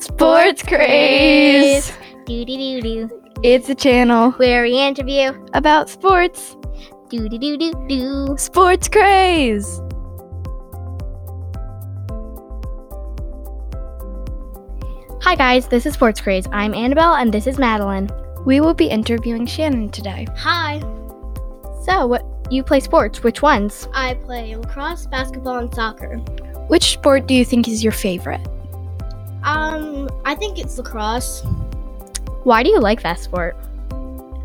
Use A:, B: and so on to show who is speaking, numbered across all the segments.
A: Sports Craze.
B: Doo doo doo doo.
A: It's a channel
B: Where we interview.
A: about sports.
B: Doo doo doo doo doo.
A: Sports Craze.
B: Hi guys, this is Sports Craze. I'm Annabelle and this is Madeline.
A: We will be interviewing Shannon today.
C: Hi,
B: So, what you play sports? Which ones?
C: I play lacrosse, basketball, and soccer.
A: Which sport do you think is your favorite?
C: Um, I think it's lacrosse.
B: Why do you like that sport?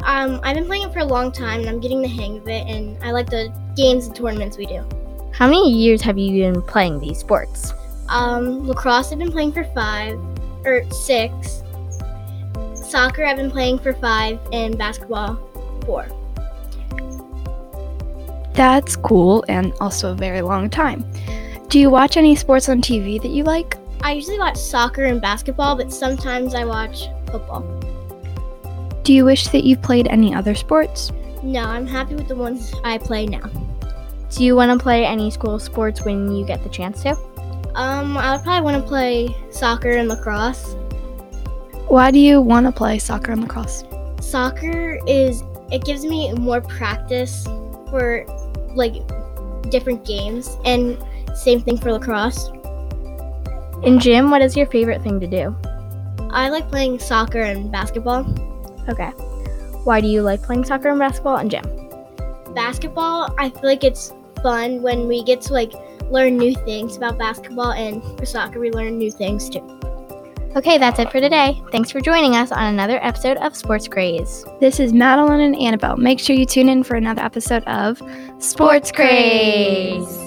C: Um, I've been playing it for a long time and I'm getting the hang of it, and I like the games and tournaments we do.
B: How many years have you been playing these sports?
C: Um, lacrosse I've been playing for five or six. Soccer I've been playing for five, and basketball four.
A: That's cool and also a very long time. Do you watch any sports on TV that you like?
C: I usually watch soccer and basketball, but sometimes I watch football.
A: Do you wish that you played any other sports?
C: No, I'm happy with the ones I play now.
B: Do you want to play any school sports when you get the chance to?
C: Um, I would probably want to play soccer and lacrosse.
A: Why do you want to play soccer and lacrosse?
C: soccer is it gives me more practice for like different games and same thing for lacrosse
B: In gym, what is your favorite thing to do?
C: i like playing soccer and basketball
B: Okay. Why do you like playing soccer and basketball in gym?
C: basketball i feel like it's fun when we get to like learn new things about basketball and for soccer we learn new things too
B: Okay, that's it for today. Thanks for joining us on another episode of Sports Craze.
A: This is Madeline and Annabelle. Make sure you tune in for another episode of Sports Craze.